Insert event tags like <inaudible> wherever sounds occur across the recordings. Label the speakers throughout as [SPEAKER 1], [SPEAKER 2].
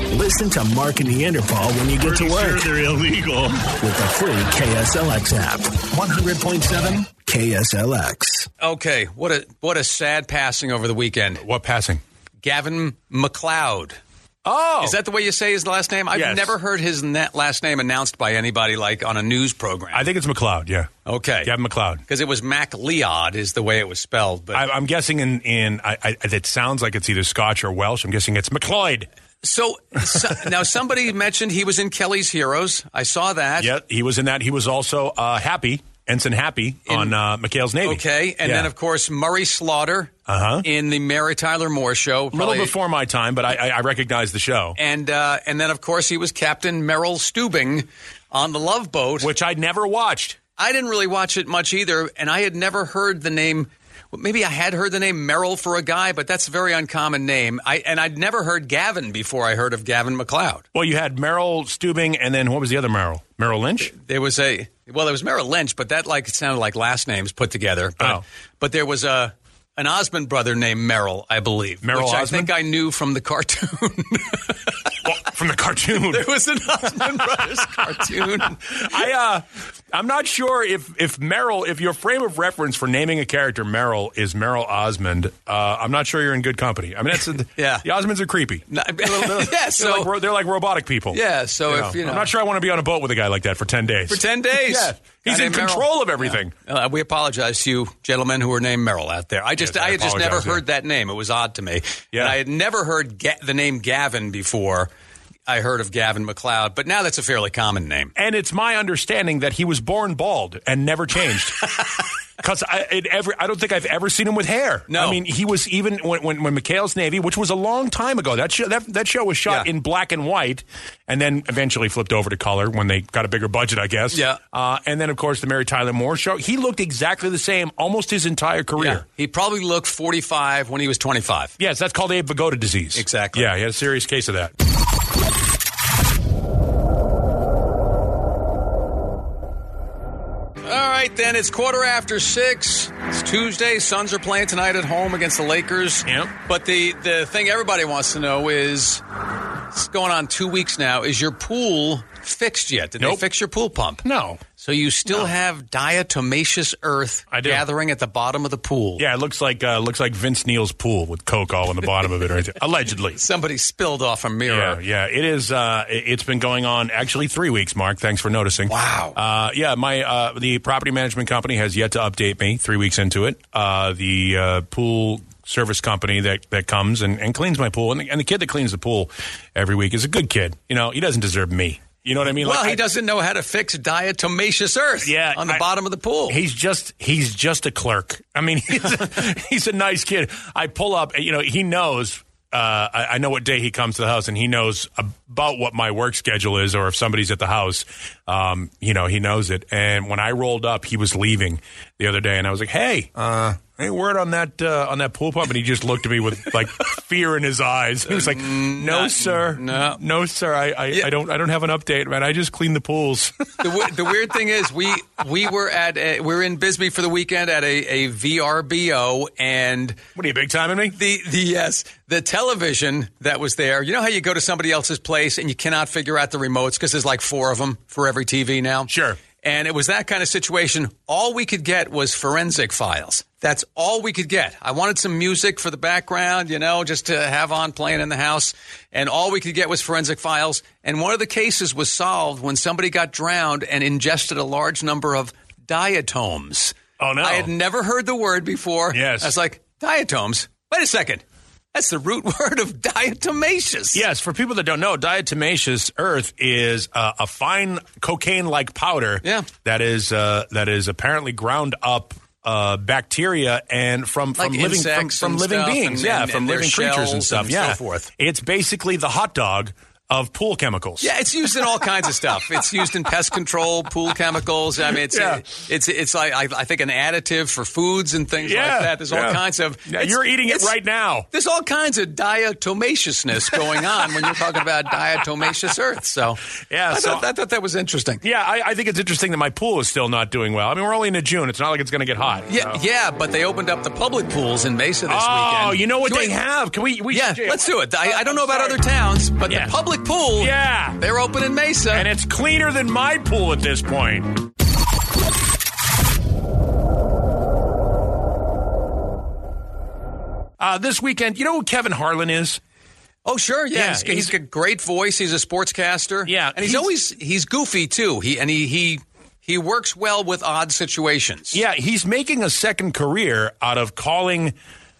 [SPEAKER 1] Listen to Mark and Neanderthal when you get
[SPEAKER 2] Pretty
[SPEAKER 1] to
[SPEAKER 2] sure
[SPEAKER 1] work
[SPEAKER 2] they're illegal.
[SPEAKER 1] with the free KSLX app. 100.7 KSLX.
[SPEAKER 3] Okay, what a what a sad passing over the weekend.
[SPEAKER 4] What passing?
[SPEAKER 3] Gavin McLeod.
[SPEAKER 4] Oh,
[SPEAKER 3] Is that the way you say his last name? I've
[SPEAKER 4] Yes.
[SPEAKER 3] never heard his na- last name announced by anybody like on a news program.
[SPEAKER 4] I think it's McLeod. Yeah.
[SPEAKER 3] okay.
[SPEAKER 4] Gavin McLeod.
[SPEAKER 3] Because it was Mac Leod is the way it was spelled. But
[SPEAKER 4] I, I'm guessing in in I, I, it sounds like it's either Scotch or Welsh. I'm guessing it's McLeod.
[SPEAKER 3] so, so <laughs> now somebody mentioned he was in Kelly's Heroes. I saw that.
[SPEAKER 4] Yeah, he was in that. He was also uh, Happy Ensign Happy on uh, McHale's Navy.
[SPEAKER 3] Okay, and
[SPEAKER 4] Yeah.
[SPEAKER 3] then of course Murray Slaughter
[SPEAKER 4] Uh-huh.
[SPEAKER 3] in the Mary Tyler Moore show.
[SPEAKER 4] a little
[SPEAKER 3] probably-
[SPEAKER 4] before my time, but I, I, I recognize the show,
[SPEAKER 3] and uh, and then of course he was Captain Merrill Stubing on the Love Boat.
[SPEAKER 4] which I'd never watched.
[SPEAKER 3] I didn't really watch it much either, and I had never heard the name. well, Maybe I had heard the name Merrill for a guy, but that's a very uncommon name. I and I'd never heard Gavin before. I heard of Gavin McLeod.
[SPEAKER 4] Well, you had Merrill Stubing, and then what was the other Merrill? Merrill Lynch.
[SPEAKER 3] There was a well, there was Merrill Lynch, but that like sounded like last names put together. But,
[SPEAKER 4] Oh.
[SPEAKER 3] but there was a an Osmond brother named Merrill, I believe.
[SPEAKER 4] Merrill
[SPEAKER 3] which I
[SPEAKER 4] Osmond?
[SPEAKER 3] think I knew from the cartoon. <laughs>
[SPEAKER 4] Well, from the cartoon.
[SPEAKER 3] there was an Osmond Brothers
[SPEAKER 4] <laughs>
[SPEAKER 3] cartoon.
[SPEAKER 4] I uh, I'm not sure if if Merrill, if your frame of reference for naming a character Merrill is Merrill Osmond. Uh, I'm not sure you're in good company. I mean, that's
[SPEAKER 3] <laughs> Yeah.
[SPEAKER 4] The Osmonds are creepy.
[SPEAKER 3] No, I-
[SPEAKER 4] They're, <laughs>
[SPEAKER 3] <laughs>
[SPEAKER 4] they're-
[SPEAKER 3] Yeah,
[SPEAKER 4] they're
[SPEAKER 3] so-
[SPEAKER 4] like, ro- they're like robotic people.
[SPEAKER 3] Yeah, so if, you know-
[SPEAKER 4] I'm not sure I want to be on a boat with a guy like that for ten days.
[SPEAKER 3] For ten days,
[SPEAKER 4] yeah, he's
[SPEAKER 3] Guy
[SPEAKER 4] in
[SPEAKER 3] named Merrill.
[SPEAKER 4] control of everything.
[SPEAKER 3] Uh, we apologize to you, gentlemen who are named Merrill out there. I just,
[SPEAKER 4] Yes, I
[SPEAKER 3] I, had just never
[SPEAKER 4] apologize, yeah.
[SPEAKER 3] heard that name. It was odd to me.
[SPEAKER 4] Yeah.
[SPEAKER 3] And I had never heard Ga- the name Gavin before. I heard of Gavin McLeod, but now that's a fairly common name.
[SPEAKER 4] And it's my understanding that he was born bald and never
[SPEAKER 3] <laughs>
[SPEAKER 4] changed. Because I, it ever, I don't think I've ever seen him with hair.
[SPEAKER 3] No.
[SPEAKER 4] I mean, he was even when when, when McHale's Navy, which was a long time ago. That show, that that show was shot
[SPEAKER 3] Yeah.
[SPEAKER 4] in black and white, and then eventually flipped over to color when they got a bigger budget, I guess.
[SPEAKER 3] Yeah.
[SPEAKER 4] Uh, and then of course the Mary Tyler Moore show. He looked exactly the same almost his entire career.
[SPEAKER 3] He probably looked 45 when he was 25.
[SPEAKER 4] Yes, that's called Abe Vigoda disease.
[SPEAKER 3] Exactly.
[SPEAKER 4] Yeah, he had a serious case of that.
[SPEAKER 3] All right, then it's quarter after six. It's Tuesday. Suns are playing tonight at home against the Lakers.
[SPEAKER 4] Yep.
[SPEAKER 3] But the the thing everybody wants to know is it's going on two weeks now. Is your pool fixed yet? Did
[SPEAKER 4] Nope.
[SPEAKER 3] they fix your pool pump?
[SPEAKER 4] No.
[SPEAKER 3] So you still have diatomaceous earth
[SPEAKER 4] I do.
[SPEAKER 3] gathering at the bottom of the pool.
[SPEAKER 4] Yeah, it looks like uh, looks like Vince Neal's pool with Coke all on the bottom of it, right there. <laughs> allegedly.
[SPEAKER 3] Somebody spilled off a
[SPEAKER 4] Yeah,
[SPEAKER 3] mirror.
[SPEAKER 4] yeah. It is. Uh, it- it's been going on actually three weeks, Mark. Thanks for noticing.
[SPEAKER 3] Wow.
[SPEAKER 4] Uh, yeah, my uh, the property management company has yet to update me. Three weeks into it, uh, the uh, pool service company that, that comes and, and cleans my pool, and the, and the kid that cleans the pool every week is a good kid. You know, he doesn't deserve me. You know what I mean?
[SPEAKER 3] Well,
[SPEAKER 4] Like,
[SPEAKER 3] he
[SPEAKER 4] I-
[SPEAKER 3] doesn't know how to fix diatomaceous earth
[SPEAKER 4] Yeah,
[SPEAKER 3] on the
[SPEAKER 4] I-
[SPEAKER 3] bottom of the pool.
[SPEAKER 4] He's just he's just a clerk. I mean, <laughs> he's a, he's a nice kid. I pull up, you know, he knows. Uh, I, I know what day he comes to the house, and he knows about what my work schedule is, or if somebody's at the house, um, you know, he knows it. And when I rolled up, he was leaving the other day, and I was like, "Hey, uh, any word on that uh, on that pool pump?" And he just looked at me with like <laughs> fear in his eyes. He was like, "No, sir,
[SPEAKER 3] no.
[SPEAKER 4] no, sir, I, I, I don't, I don't have an update, man. I just clean the pools." <laughs>
[SPEAKER 3] the, we- the weird thing is we we were at a, we were in Bisbee for the weekend at a, a VRBO and
[SPEAKER 4] what are you big timing me?
[SPEAKER 3] the the yes the television that was there. You know how you go to somebody else's place and you cannot figure out the remotes because there's like four of them for every TV now.
[SPEAKER 4] Sure.
[SPEAKER 3] And it was that kind of situation. All we could get was forensic files. That's all we could get. I wanted some music for the background, you know, just to have on playing in the house. And all we could get was forensic files. And one of the cases was solved when somebody got drowned and ingested a large number of diatoms.
[SPEAKER 4] Oh, no.
[SPEAKER 3] I had never heard the word before.
[SPEAKER 4] Yes.
[SPEAKER 3] I was like, diatoms? Wait a second. That's the root <laughs> word of diatomaceous.
[SPEAKER 4] Yes, for people that don't know, diatomaceous earth is uh, a fine cocaine-like powder.
[SPEAKER 3] Yeah.
[SPEAKER 4] that is uh, that is apparently ground up uh, bacteria and from from
[SPEAKER 3] Like
[SPEAKER 4] living from,
[SPEAKER 3] insects
[SPEAKER 4] from
[SPEAKER 3] and
[SPEAKER 4] living
[SPEAKER 3] stuff
[SPEAKER 4] beings.
[SPEAKER 3] and-
[SPEAKER 4] yeah,
[SPEAKER 3] and-
[SPEAKER 4] from
[SPEAKER 3] and their
[SPEAKER 4] living creatures and
[SPEAKER 3] shells
[SPEAKER 4] stuff.
[SPEAKER 3] and
[SPEAKER 4] yeah,
[SPEAKER 3] so forth.
[SPEAKER 4] it's basically the hot dog of pool chemicals.
[SPEAKER 3] Yeah, it's used in all kinds of stuff. It's used in pest control, pool chemicals. I mean, it's
[SPEAKER 4] Yeah.
[SPEAKER 3] it's it's like I, I think an additive for foods and things
[SPEAKER 4] Yeah,
[SPEAKER 3] like that. There's
[SPEAKER 4] yeah.
[SPEAKER 3] all kinds of.
[SPEAKER 4] Yeah,
[SPEAKER 3] it's-
[SPEAKER 4] you're eating it
[SPEAKER 3] it's-
[SPEAKER 4] right now.
[SPEAKER 3] There's all kinds of diatomaceousness going on when you're talking about diatomaceous earth. So
[SPEAKER 4] Yeah,
[SPEAKER 3] I,
[SPEAKER 4] so-
[SPEAKER 3] thought, I thought that was interesting.
[SPEAKER 4] Yeah, I, I think it's interesting that my pool is still not doing well. I mean, we're only into June; it's not like it's going to get hot.
[SPEAKER 3] Yeah, yeah, but they opened up the public pools in Mesa this
[SPEAKER 4] Oh,
[SPEAKER 3] weekend.
[SPEAKER 4] you know what
[SPEAKER 3] Do
[SPEAKER 4] they
[SPEAKER 3] I-
[SPEAKER 4] have? Can we? we
[SPEAKER 3] Yeah,
[SPEAKER 4] should-
[SPEAKER 3] let's do it. I, I don't
[SPEAKER 4] I'm
[SPEAKER 3] know about
[SPEAKER 4] sorry.
[SPEAKER 3] other towns, but
[SPEAKER 4] Yeah.
[SPEAKER 3] the public pool.
[SPEAKER 4] Yeah.
[SPEAKER 3] They're open in Mesa.
[SPEAKER 4] And it's cleaner than my pool at this point. Uh, this weekend, you know who Kevin Harlan is?
[SPEAKER 3] oh, sure. Yeah.
[SPEAKER 4] Yeah,
[SPEAKER 3] he's, he's
[SPEAKER 4] he's-
[SPEAKER 3] got a great voice. He's a sportscaster.
[SPEAKER 4] Yeah,
[SPEAKER 3] And he's,
[SPEAKER 4] he's-
[SPEAKER 3] always, he's goofy too. He, and he, he, he works well with odd situations.
[SPEAKER 4] Yeah, he's making a second career out of calling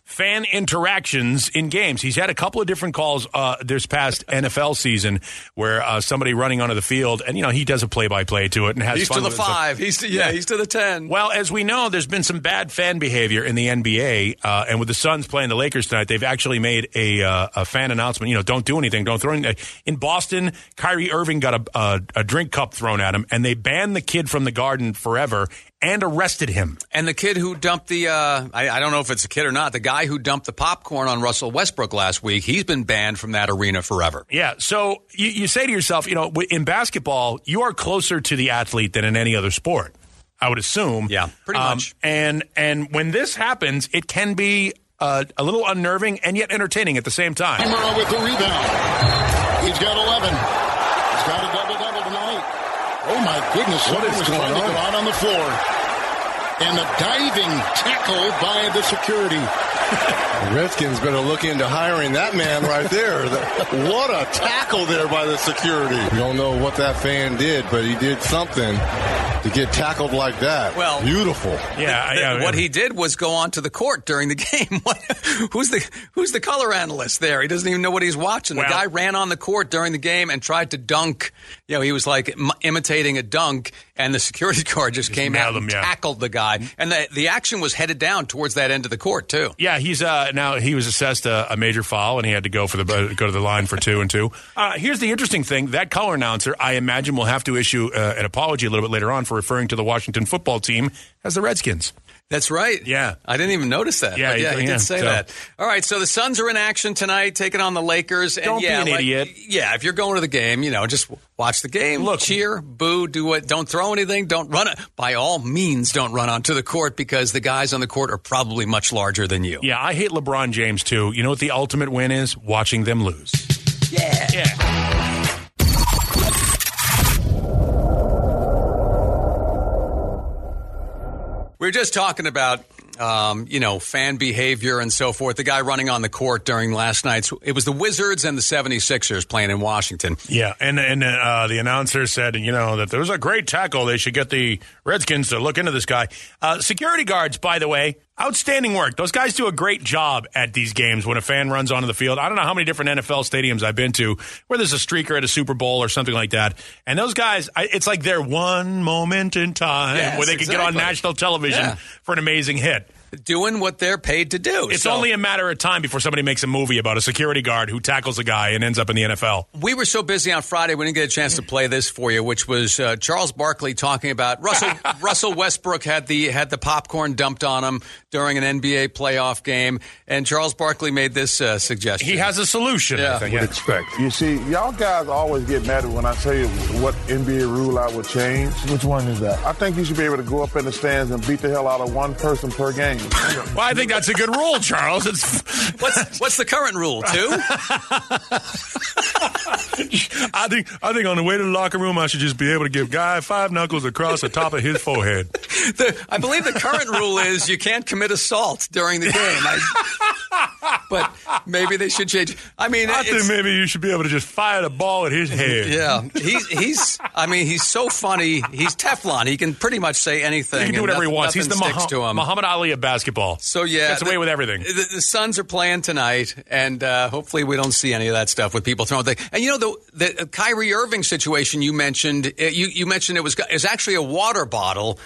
[SPEAKER 4] fan interactions in games. He's had a couple of different calls uh, this past NFL season where uh, somebody running onto the field, and you know he does a play-by-play to it and has
[SPEAKER 3] He's
[SPEAKER 4] fun
[SPEAKER 3] to the
[SPEAKER 4] with it and stuff.
[SPEAKER 3] five. He's to, yeah, he's to the ten.
[SPEAKER 4] Well, as we know, there's been some bad fan behavior in the NBA, uh, and with the Suns playing the Lakers tonight, they've actually made a uh, a fan announcement. You know, don't do anything, don't throw anything. In Boston, Kyrie Irving got a, a a drink cup thrown at him, and they banned the kid from the Garden forever and arrested him.
[SPEAKER 3] And the kid who dumped the, uh, I, I don't know if it's a kid or not, the guy who dumped the popcorn on Russell Westbrook last week, he's been banned from that arena forever.
[SPEAKER 4] Yeah. So you, you say to yourself, you know, w- in basketball, you are closer to the athlete than in any other sport. I would assume. Um,
[SPEAKER 3] Yeah, pretty much.
[SPEAKER 4] And and when this happens, it can be uh, a little unnerving and yet entertaining at the same time.
[SPEAKER 2] Kamara with the rebound. He's got 11. He's got a double double tonight. Oh my goodness! What is going on? Get on on the floor, and the diving tackle by the security.
[SPEAKER 5] Redskins better look into hiring that man right there. The- what a tackle there by the security. We don't know what that fan did, but he did something to get tackled like that.
[SPEAKER 3] Well-
[SPEAKER 5] beautiful.
[SPEAKER 4] <laughs> Yeah.
[SPEAKER 3] Th-
[SPEAKER 4] yeah
[SPEAKER 3] what he did was go onto the court during the <laughs> game. What, who's the who's the color analyst there? He doesn't even know what he's watching. the
[SPEAKER 4] Well-
[SPEAKER 3] guy ran on the court during the game and tried to dunk. You know, he was like im- imitating a dunk, and the security <laughs> guard just, came out
[SPEAKER 4] nailed him,
[SPEAKER 3] and
[SPEAKER 4] yeah.
[SPEAKER 3] tackled the guy. And the the action was headed down towards that end of the court too.
[SPEAKER 4] Yeah, he's uh, now he was assessed a, a major foul, and he had to go for the go to the line for two and two. Uh, here's the interesting thing: that color announcer, I imagine, will have to issue uh, an apology a little bit later on for referring to the Washington football team as the Redskins.
[SPEAKER 3] That's right.
[SPEAKER 4] Yeah.
[SPEAKER 3] I didn't even notice that.
[SPEAKER 4] Yeah,
[SPEAKER 3] But yeah,
[SPEAKER 4] yeah,
[SPEAKER 3] he
[SPEAKER 4] yeah.
[SPEAKER 3] did say
[SPEAKER 4] So-
[SPEAKER 3] that. All right, so the Suns are in action tonight, taking on the Lakers. And
[SPEAKER 4] Don't be
[SPEAKER 3] yeah,
[SPEAKER 4] an
[SPEAKER 3] like-
[SPEAKER 4] idiot.
[SPEAKER 3] Yeah, if you're going to the game, you know, just w- watch the game,
[SPEAKER 4] Look-
[SPEAKER 3] cheer, boo, do what. Don't throw anything. Don't run. it. By all means, don't run onto the court because the guys on the court are probably much larger than you.
[SPEAKER 4] Yeah, I hate LeBron James too. You know what the ultimate win is? Watching them lose.
[SPEAKER 3] Yeah.
[SPEAKER 4] Yeah.
[SPEAKER 3] We were just talking about, um, you know, fan behavior and so forth. The guy running on the court during last night's, it was the Wizards and the 76ers playing in Washington.
[SPEAKER 4] Yeah, and and uh, the announcer said, you know, that there was a great tackle. They should get the Redskins to look into this guy. Uh, security guards, by the way, outstanding work. Those guys do a great job at these games when a fan runs onto the field. I don't know how many different NFL stadiums I've been to where there's a streaker at a Super Bowl or something like that, and those guys, I, it's like their one moment in time
[SPEAKER 3] Yes,
[SPEAKER 4] where they could get on
[SPEAKER 3] exactly.
[SPEAKER 4] national television
[SPEAKER 3] Yeah.
[SPEAKER 4] for an amazing hit.
[SPEAKER 3] Doing what they're paid to do.
[SPEAKER 4] It's
[SPEAKER 3] So-
[SPEAKER 4] only a matter of time before somebody makes a movie about a security guard who tackles a guy and ends up in the NFL.
[SPEAKER 3] We were so busy on Friday, we didn't get a chance to play this for you, which was uh, Charles Barkley talking about
[SPEAKER 4] <laughs>
[SPEAKER 3] Russell Russell Westbrook had the had the popcorn dumped on him during an NBA playoff game, and Charles Barkley made this uh, suggestion.
[SPEAKER 4] He has a solution. I
[SPEAKER 3] Yeah.
[SPEAKER 4] think.
[SPEAKER 6] You see, y'all guys always get mad when I tell you what NBA rule I would change. Which one is that? I think you should be able to go up in the stands and beat the hell out of one person per game.
[SPEAKER 4] Well, I think that's a good rule, Charles. It's,
[SPEAKER 3] <laughs>
[SPEAKER 4] <laughs>
[SPEAKER 3] what's what's the current rule? Two.
[SPEAKER 4] I think I think on the way to the locker room, I should just be able to give guy five knuckles across the top of his
[SPEAKER 3] <laughs>
[SPEAKER 4] forehead.
[SPEAKER 3] The- I believe the current rule is you can't commit assault during the game. I- but maybe they should change. I mean,
[SPEAKER 4] I
[SPEAKER 3] it's-
[SPEAKER 4] think maybe you should be able to just fire the ball at his head.
[SPEAKER 3] Yeah, he's he's. I mean, he's so funny. He's Teflon. He can pretty much say anything.
[SPEAKER 4] He
[SPEAKER 3] and
[SPEAKER 4] can do whatever he
[SPEAKER 3] noth-
[SPEAKER 4] wants. He's the
[SPEAKER 3] nothing sticks
[SPEAKER 4] Muhammad,
[SPEAKER 3] to him.
[SPEAKER 4] Muhammad Ali of basketball.
[SPEAKER 3] So yeah,
[SPEAKER 4] gets away
[SPEAKER 3] the-
[SPEAKER 4] with everything.
[SPEAKER 3] The, the Suns are playing tonight, and uh, hopefully we don't see any of that stuff with people throwing things. And you know the the Kyrie Irving situation you mentioned. uh, You you mentioned it was is actually a water bottle.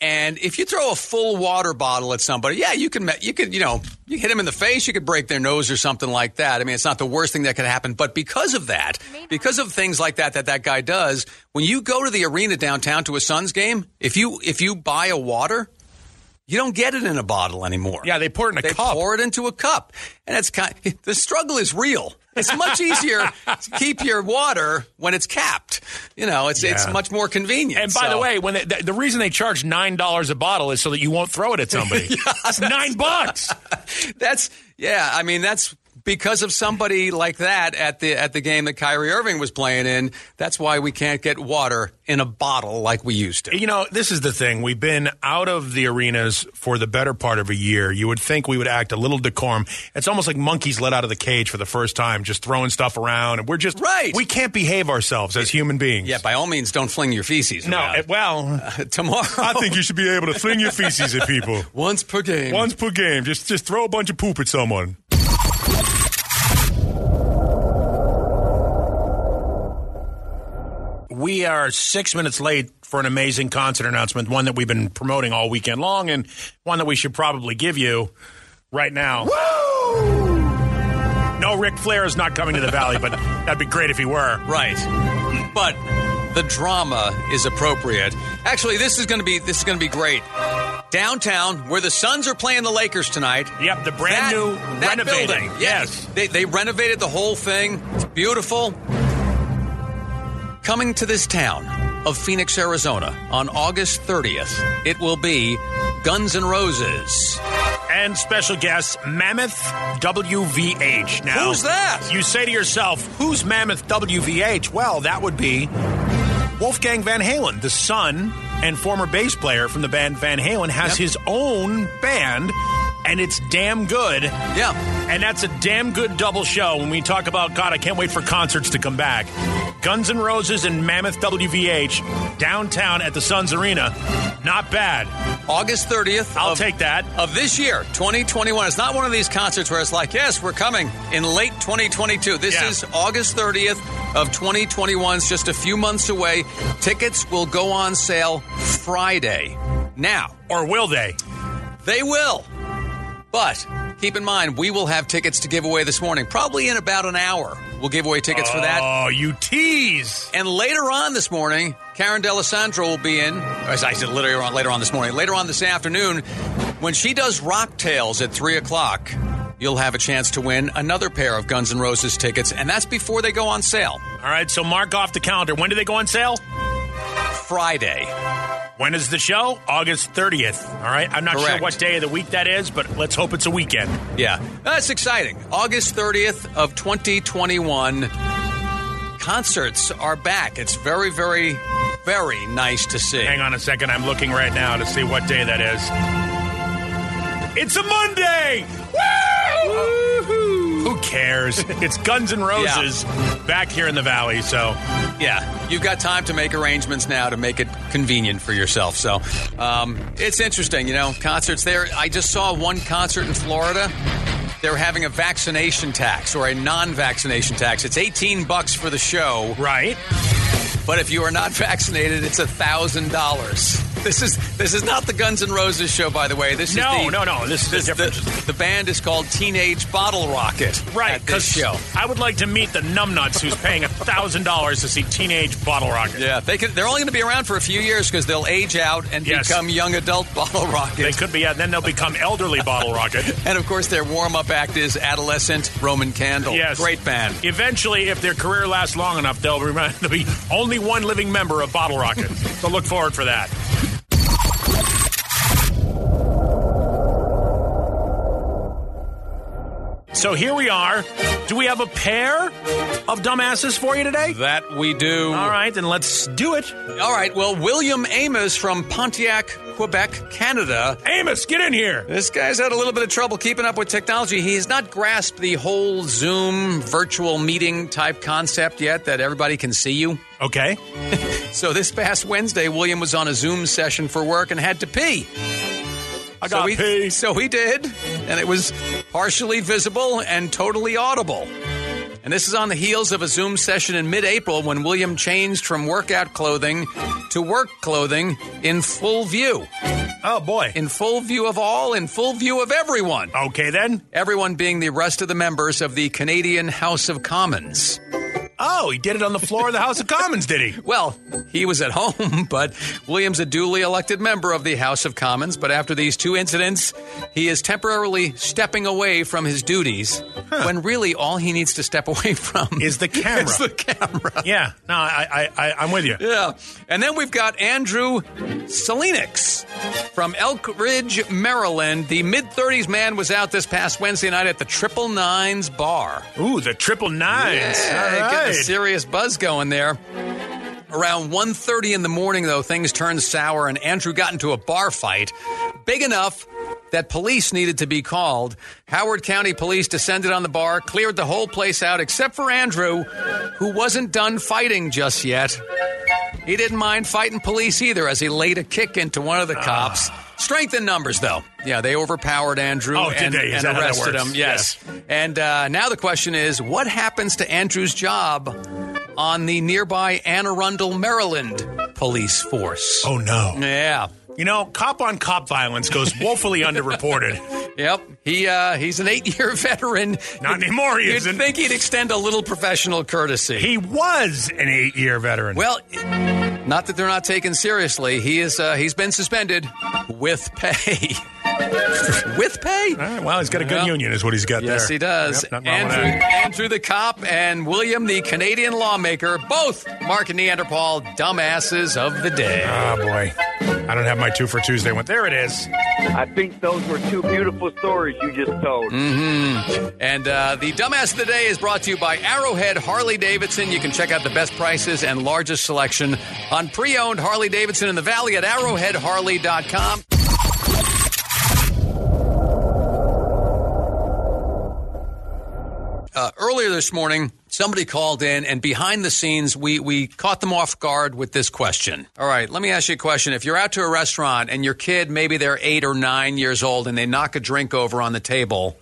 [SPEAKER 3] And if you throw a full water bottle at somebody, yeah, you can, me- you could, you know, you hit them in the face, you could break their nose or something like that. I mean, it's not the worst thing that could happen, but because of that, because of things like that that that guy does, when you go to the arena downtown to a Suns game, if you if you buy a water, you don't get it in a bottle anymore.
[SPEAKER 4] Yeah, they pour it in a
[SPEAKER 3] They
[SPEAKER 4] cup.
[SPEAKER 3] pour it into a cup, and it's kind. <laughs> The struggle is real. It's much easier to keep your water when it's capped. You know, it's it's
[SPEAKER 4] Yeah.
[SPEAKER 3] much more convenient.
[SPEAKER 4] And by
[SPEAKER 3] so-
[SPEAKER 4] the way, when they, the, the reason they charge nine dollars a bottle is
[SPEAKER 3] <laughs>
[SPEAKER 4] so that you won't throw it at somebody. That's nine bucks.
[SPEAKER 3] that's yeah. I mean, that's because of somebody like that at the at the game that Kyrie Irving was playing in. That's why we can't get water in a bottle like we used to.
[SPEAKER 4] You know, this is the thing. We've been out of the arenas for the better part of a year. You would think we would act a little decorum. It's almost like monkeys let out of the cage for the first time, just throwing stuff around. And we're just,
[SPEAKER 3] Right.
[SPEAKER 4] we can't behave ourselves as human beings.
[SPEAKER 3] Yeah, by all means, don't fling your feces.
[SPEAKER 4] No,
[SPEAKER 3] around.
[SPEAKER 4] it- well,
[SPEAKER 3] <laughs> tomorrow.
[SPEAKER 4] I think you should be able to fling your feces at people <laughs>
[SPEAKER 3] once per game.
[SPEAKER 4] once per game. Just, just throw a bunch of poop at someone. We are six minutes late for an amazing concert announcement, one that we've been promoting all weekend long, and one that we should probably give you right now. No, Ric Flair is not coming to the Valley, but that'd be great if he were.
[SPEAKER 3] Right. But the drama is appropriate. Actually, this is going to be this is going to be great. Downtown, where the Suns are playing the Lakers tonight.
[SPEAKER 4] Yep, the brand
[SPEAKER 3] That-
[SPEAKER 4] new
[SPEAKER 3] that
[SPEAKER 4] renovated.
[SPEAKER 3] building.
[SPEAKER 4] Yes.
[SPEAKER 3] They they renovated the whole thing. It's beautiful. Coming to this town of Phoenix, Arizona on August 30th, it will be Guns N' Roses.
[SPEAKER 4] and special guest Mammoth WVH. Now,
[SPEAKER 3] Who's that?
[SPEAKER 4] You say to yourself, "Who's Mammoth WVH?" Well, that would be Wolfgang Van Halen, the son and former bass player from the band Van Halen, has
[SPEAKER 3] Yep.
[SPEAKER 4] his own band, and it's damn good.
[SPEAKER 3] Yeah.
[SPEAKER 4] And that's a damn good double show when we talk about God, I can't wait for concerts to come back. Guns N' Roses and Mammoth WVH downtown at the Suns Arena. Not bad.
[SPEAKER 3] August 30th.
[SPEAKER 4] I'll
[SPEAKER 3] of-
[SPEAKER 4] take that.
[SPEAKER 3] of this year, 2021. It's not one of these concerts where it's like, yes, we're coming in late 2022. This
[SPEAKER 4] Yeah.
[SPEAKER 3] is August 30th of 2021. It's just a few months away. Tickets will go on sale Friday. Now,
[SPEAKER 4] Or will they?
[SPEAKER 3] they will. But keep in mind, we will have tickets to give away this morning. Probably in about an hour, we'll give away tickets for that.
[SPEAKER 4] Oh, you tease.
[SPEAKER 3] And later on this morning, Karen D'Alessandro will be in. As I said, later on, later on this morning, later on this afternoon, when she does Rock Tales at three o'clock, you'll have a chance to win another pair of Guns N' Roses tickets, and that's before they go on sale
[SPEAKER 4] All right, so mark off the calendar. When do they go on sale?
[SPEAKER 3] Friday.
[SPEAKER 4] When is the show? August 30th. All right, I'm not sure
[SPEAKER 3] Correct.
[SPEAKER 4] what day of the week that is, but let's hope it's a weekend.
[SPEAKER 3] Yeah, that's exciting. August thirtieth of 2021. Concerts are back. It's very, very, very nice to see.
[SPEAKER 4] Hang on a second, I'm looking right now to see what day that is. It's a Monday! Woo! Who
[SPEAKER 3] <laughs>
[SPEAKER 4] cares? It's Guns N' Roses back here in the Valley, so
[SPEAKER 3] Yeah, you've got time to make arrangements now to make it convenient for yourself. So um, it's interesting, you know, concerts there. I just saw one concert in Florida. They're having a vaccination tax or a non-vaccination tax. It's 18 bucks for the show,
[SPEAKER 4] right.
[SPEAKER 3] but if you are not <laughs> vaccinated, it's a thousand dollars. This is this is not the Guns N' Roses show, by the way. This is
[SPEAKER 4] No,
[SPEAKER 3] the,
[SPEAKER 4] no, no. This is a different-
[SPEAKER 3] The, the band is called Teenage Bottle Rocket.
[SPEAKER 4] Right,
[SPEAKER 3] at this
[SPEAKER 4] because
[SPEAKER 3] show.
[SPEAKER 4] I would like to meet the numbnuts who's paying $1,000 to see Teenage Bottle Rocket.
[SPEAKER 3] Yeah, they could, they're only going to be around for a few years because they'll age out and
[SPEAKER 4] Yes.
[SPEAKER 3] become young adult <laughs> bottle
[SPEAKER 4] They
[SPEAKER 3] rockets.
[SPEAKER 4] could be, yeah, then they'll become elderly Bottle Rocket.
[SPEAKER 3] And of course, their warm up act is Adolescent Roman Candle.
[SPEAKER 4] Yes.
[SPEAKER 3] Great band.
[SPEAKER 4] Eventually, if their career lasts long enough, they'll, remi- they'll be only one living member of Bottle Rocket. so look forward for that. So here we are. Do we have a pair of dumbasses for you today?
[SPEAKER 3] That we do.
[SPEAKER 4] All right, then let's do it.
[SPEAKER 3] All right, Well, William Amos from Pontiac, Quebec, Canada.
[SPEAKER 4] Amos, get in here.
[SPEAKER 3] This guy's had a little bit of trouble keeping up with technology. He has not grasped the whole Zoom virtual meeting type concept yet that everybody can see you.
[SPEAKER 4] Okay.
[SPEAKER 3] So this past Wednesday, William was on a Zoom session for work and had to pee.
[SPEAKER 4] I got
[SPEAKER 3] so he,
[SPEAKER 4] pee.
[SPEAKER 3] So he did, and it was partially visible and totally audible. And this is on the heels of a Zoom session in mid April when William changed from workout clothing to work clothing in full view.
[SPEAKER 4] Oh, boy.
[SPEAKER 3] In full view of all, in full view of everyone.
[SPEAKER 4] Okay, then.
[SPEAKER 3] Everyone being the rest of the members of the Canadian House of Commons.
[SPEAKER 4] Oh, he did it on the floor of the House of Commons, did he?
[SPEAKER 3] Well, he was at <laughs> home, but Williams a duly elected member of the House of Commons. But after these two incidents, he is temporarily stepping away from his duties when really all he needs to step <laughs> away from
[SPEAKER 4] Is the camera.
[SPEAKER 3] is the camera. <laughs>
[SPEAKER 4] Yeah. No, I, I, I I'm with you.
[SPEAKER 3] Yeah. And then we've got Andrew Selenix from Elk Ridge, Maryland. The mid 30s man was out this past Wednesday night at the Triple Nines Bar.
[SPEAKER 4] Ooh, the triple nines.
[SPEAKER 3] Yeah,
[SPEAKER 4] All
[SPEAKER 3] getting a
[SPEAKER 4] right.
[SPEAKER 3] serious buzz going there. Around 1.30 in the morning, though, things turned sour, and Andrew got into a bar fight big enough that police needed to be called. Howard County Police descended on the bar, cleared the whole place out, except for Andrew, who wasn't done fighting just yet. He didn't mind fighting police either as he laid a kick into one of the
[SPEAKER 4] Ah.
[SPEAKER 3] cops. Strength in numbers, though. Yeah, they overpowered Andrew
[SPEAKER 4] Oh, did
[SPEAKER 3] and,
[SPEAKER 4] they?
[SPEAKER 3] and
[SPEAKER 4] Is that how that
[SPEAKER 3] arrested
[SPEAKER 4] works?
[SPEAKER 3] him. Yes. And uh, now the question is what happens to Andrew's job on the nearby Anne Arundel, Maryland police force?
[SPEAKER 4] Oh no.
[SPEAKER 3] Yeah.
[SPEAKER 4] You know, cop on cop violence goes
[SPEAKER 3] <laughs>
[SPEAKER 4] woefully underreported.
[SPEAKER 3] Yep. He uh, he's an eight year <laughs> veteran.
[SPEAKER 4] Not anymore, he
[SPEAKER 3] You'd
[SPEAKER 4] isn't.
[SPEAKER 3] think he'd extend a little professional courtesy.
[SPEAKER 4] He was an eight year veteran.
[SPEAKER 3] well, not that they're not taken seriously. He is. Uh, he's been suspended with pay. <laughs> with pay.
[SPEAKER 4] All right, well, he's got a good
[SPEAKER 3] Well,
[SPEAKER 4] union, is what he's got there.
[SPEAKER 3] Yes, he does.
[SPEAKER 4] Yep, not wrong with
[SPEAKER 3] Andrew,
[SPEAKER 4] that.
[SPEAKER 3] Andrew the cop and William the Canadian lawmaker, both Mark and Neanderthal dumbasses of the day.
[SPEAKER 4] Oh, boy. I don't have my two for Tuesday one. There it is.
[SPEAKER 7] I think those were two beautiful stories you just told.
[SPEAKER 3] And uh, the dumbass of the day is brought to you by Arrowhead Harley Davidson. You can check out the best prices and largest selection on pre owned Harley Davidson in the Valley at arrowheadharley.com. uh, earlier this morning, somebody called in, and behind the scenes, we, we caught them off guard with this question. All right, let me ask you a question. If you're out to a restaurant and your kid, maybe they're eight or nine years old, and they knock a drink over on the table,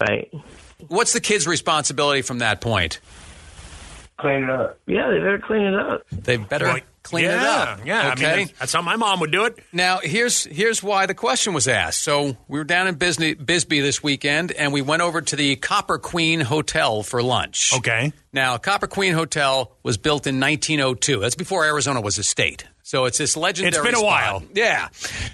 [SPEAKER 8] Right.
[SPEAKER 3] what's the kid's responsibility from that point?
[SPEAKER 8] Clean it up. Yeah, they better clean it up.
[SPEAKER 3] They better
[SPEAKER 4] Boy,
[SPEAKER 3] clean
[SPEAKER 4] yeah,
[SPEAKER 3] it up.
[SPEAKER 4] Yeah,
[SPEAKER 3] okay.
[SPEAKER 4] I mean, that's, that's how my mom would do it.
[SPEAKER 3] Now, here's here's why the question was asked. So we were down in Bisney, Bisbee this weekend, and we went over to the Copper Queen Hotel for lunch.
[SPEAKER 4] Okay.
[SPEAKER 3] Now, Copper Queen Hotel was built in 1902. That's before Arizona was a state. So it's this legendary.
[SPEAKER 4] It's been a
[SPEAKER 3] spot.
[SPEAKER 4] while.
[SPEAKER 3] Yeah.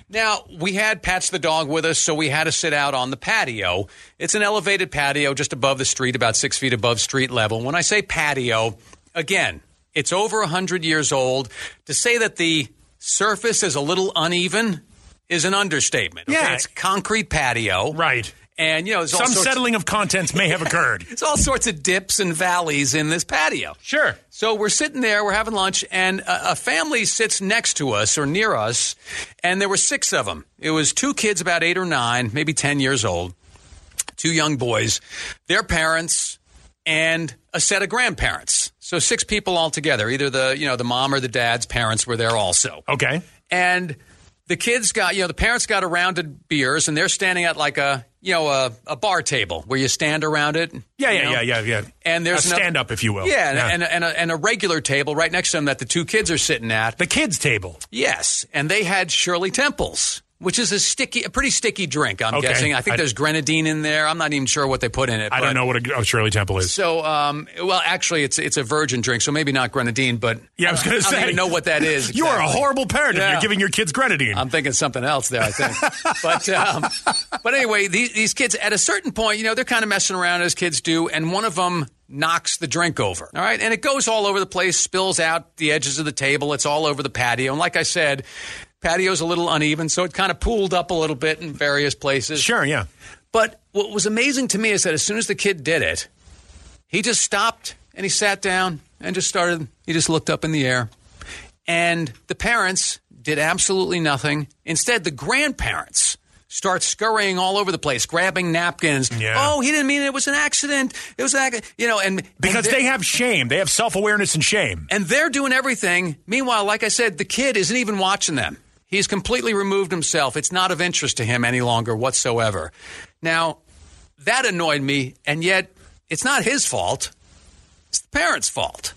[SPEAKER 3] Now we had Patch the dog with us, so we had to sit out on the patio. It's an elevated patio just above the street, about six feet above street level. When I say patio, again, it's over hundred years old. To say that the surface is a little uneven is an understatement. okay?
[SPEAKER 4] Yeah.
[SPEAKER 3] It's concrete patio,
[SPEAKER 4] Right.
[SPEAKER 3] And you know, there's all
[SPEAKER 4] Some
[SPEAKER 3] sorts of-
[SPEAKER 4] settling of contents may have
[SPEAKER 3] <laughs>
[SPEAKER 4] occurred.
[SPEAKER 3] there's all sorts of dips and valleys in this patio.
[SPEAKER 4] Sure.
[SPEAKER 3] So we're sitting there, we're having lunch, and a, a family sits next to us or near us, and there were six of them. It was two kids about eight or nine, maybe 10 years old, two young boys, their parents, and a set of grandparents. So six people altogether. Either the you know the mom or the dad's parents were there also
[SPEAKER 4] Okay.
[SPEAKER 3] and the kids got you know the parents got arounded beers and they're standing at like a you know a, a bar table where you stand around it
[SPEAKER 4] Yeah,
[SPEAKER 3] you
[SPEAKER 4] yeah,
[SPEAKER 3] know?
[SPEAKER 4] yeah, yeah, yeah.
[SPEAKER 3] and there's
[SPEAKER 4] A
[SPEAKER 3] another-
[SPEAKER 4] stand-up, if you will.
[SPEAKER 3] yeah,
[SPEAKER 4] Oh, Yeah.
[SPEAKER 3] And, and, and, a, and a regular table right next to them that the two kids are sitting at
[SPEAKER 4] The kids' table.
[SPEAKER 3] yes and they had shirley temples which is a sticky a pretty sticky drink i'm
[SPEAKER 4] Okay.
[SPEAKER 3] guessing i think
[SPEAKER 4] I-
[SPEAKER 3] there's grenadine in there i'm not even sure what they put in it
[SPEAKER 4] I
[SPEAKER 3] but-
[SPEAKER 4] don't know what a oh, Shirley Temple is.
[SPEAKER 3] so, um, well, actually, it's it's a virgin drink, so maybe not grenadine, but
[SPEAKER 4] yeah, I was going to
[SPEAKER 3] I
[SPEAKER 4] say.
[SPEAKER 3] don't even know what that is.
[SPEAKER 4] <laughs> You are a
[SPEAKER 3] exactly.
[SPEAKER 4] horrible parent if
[SPEAKER 3] Yeah.
[SPEAKER 4] you're giving your kids grenadine.
[SPEAKER 3] I'm thinking something else there, I think. but um, but anyway, these, these kids at a certain point, you know, they're kind of messing around as kids do, and one of them knocks the drink over. All right, and it goes all over the place, spills out the edges of the table. It's all over the patio, and like I said, patio's a little uneven, so it kind of pooled up a little bit in various places.
[SPEAKER 4] sure, yeah.
[SPEAKER 3] But what was amazing to me is that as soon as the kid did it, he just stopped and he sat down and just started, he just looked up in the air. And the parents did absolutely nothing. Instead, the grandparents start scurrying all over the place, grabbing napkins.
[SPEAKER 4] Yeah.
[SPEAKER 3] Oh, he didn't mean it. It was an accident. It was an accident. You know, and
[SPEAKER 4] Because
[SPEAKER 3] and
[SPEAKER 4] they have shame. They have self awareness and shame.
[SPEAKER 3] and they're doing everything. Meanwhile, like I said, the kid isn't even watching them. He's completely removed himself. It's not of interest to him any longer whatsoever. Now, that annoyed me, and yet it's not his fault. It's the parents' fault.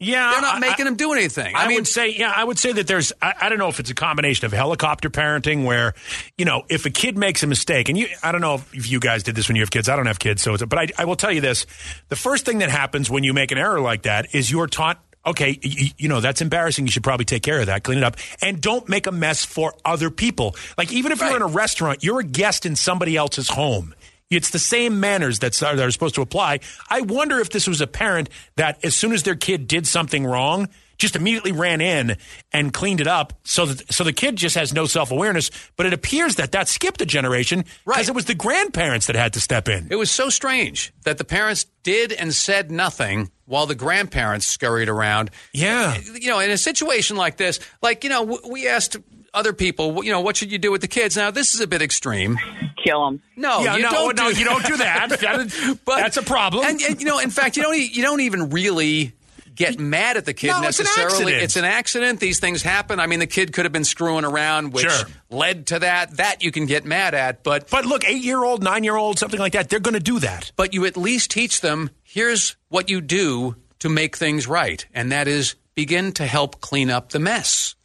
[SPEAKER 4] Yeah,
[SPEAKER 3] They're not
[SPEAKER 4] I-
[SPEAKER 3] making
[SPEAKER 4] I-
[SPEAKER 3] him do anything.
[SPEAKER 4] I,
[SPEAKER 3] I, mean,
[SPEAKER 4] would say, yeah, I would say that there's, I, I don't know if it's a combination of helicopter parenting where, you know, if a kid makes a mistake, and you, I don't know if, if you guys did this when you have kids. I don't have kids, so it's, but I, I will tell you this: the first thing that happens when you make an error like that is you're taught. Okay, you, you know, that's embarrassing. You should probably take care of that, clean it up, and don't make a mess for other people. Like, even if you're in a restaurant, you're a guest in somebody else's home. It's the same manners that's, that are supposed to apply. I wonder if this was a parent that, as soon as their kid did something wrong, just immediately ran in and cleaned it up so that so the kid just has no self-awareness but it appears that that skipped a generation because
[SPEAKER 3] Right.
[SPEAKER 4] it was the grandparents that had to step in
[SPEAKER 3] It was so strange that the parents did and said nothing while the grandparents scurried around.
[SPEAKER 4] Yeah.
[SPEAKER 3] You know, in a situation like this, like, you know, w- we asked other people, you know, what should you do with the kids? Now, this is a bit extreme.
[SPEAKER 9] Kill him.
[SPEAKER 3] No,
[SPEAKER 4] Yeah,
[SPEAKER 3] Oh, you
[SPEAKER 4] no,
[SPEAKER 3] don't
[SPEAKER 4] no,
[SPEAKER 3] do
[SPEAKER 4] you
[SPEAKER 3] <laughs>
[SPEAKER 4] don't do that. That- that's a problem.
[SPEAKER 3] And, and, you know, in fact, you don't e- you don't even really get mad at the kid
[SPEAKER 4] No, it's an
[SPEAKER 3] necessarily.
[SPEAKER 4] accident.
[SPEAKER 3] an accident. These things happen. I mean, the kid could have been screwing around, which
[SPEAKER 4] Sure.
[SPEAKER 3] led to that. That you can get mad at, but
[SPEAKER 4] but look 8-year-old 9-year-old something like that they're going to do that
[SPEAKER 3] but you at least teach them here's what you do to make things right, and that is begin to help clean up the mess.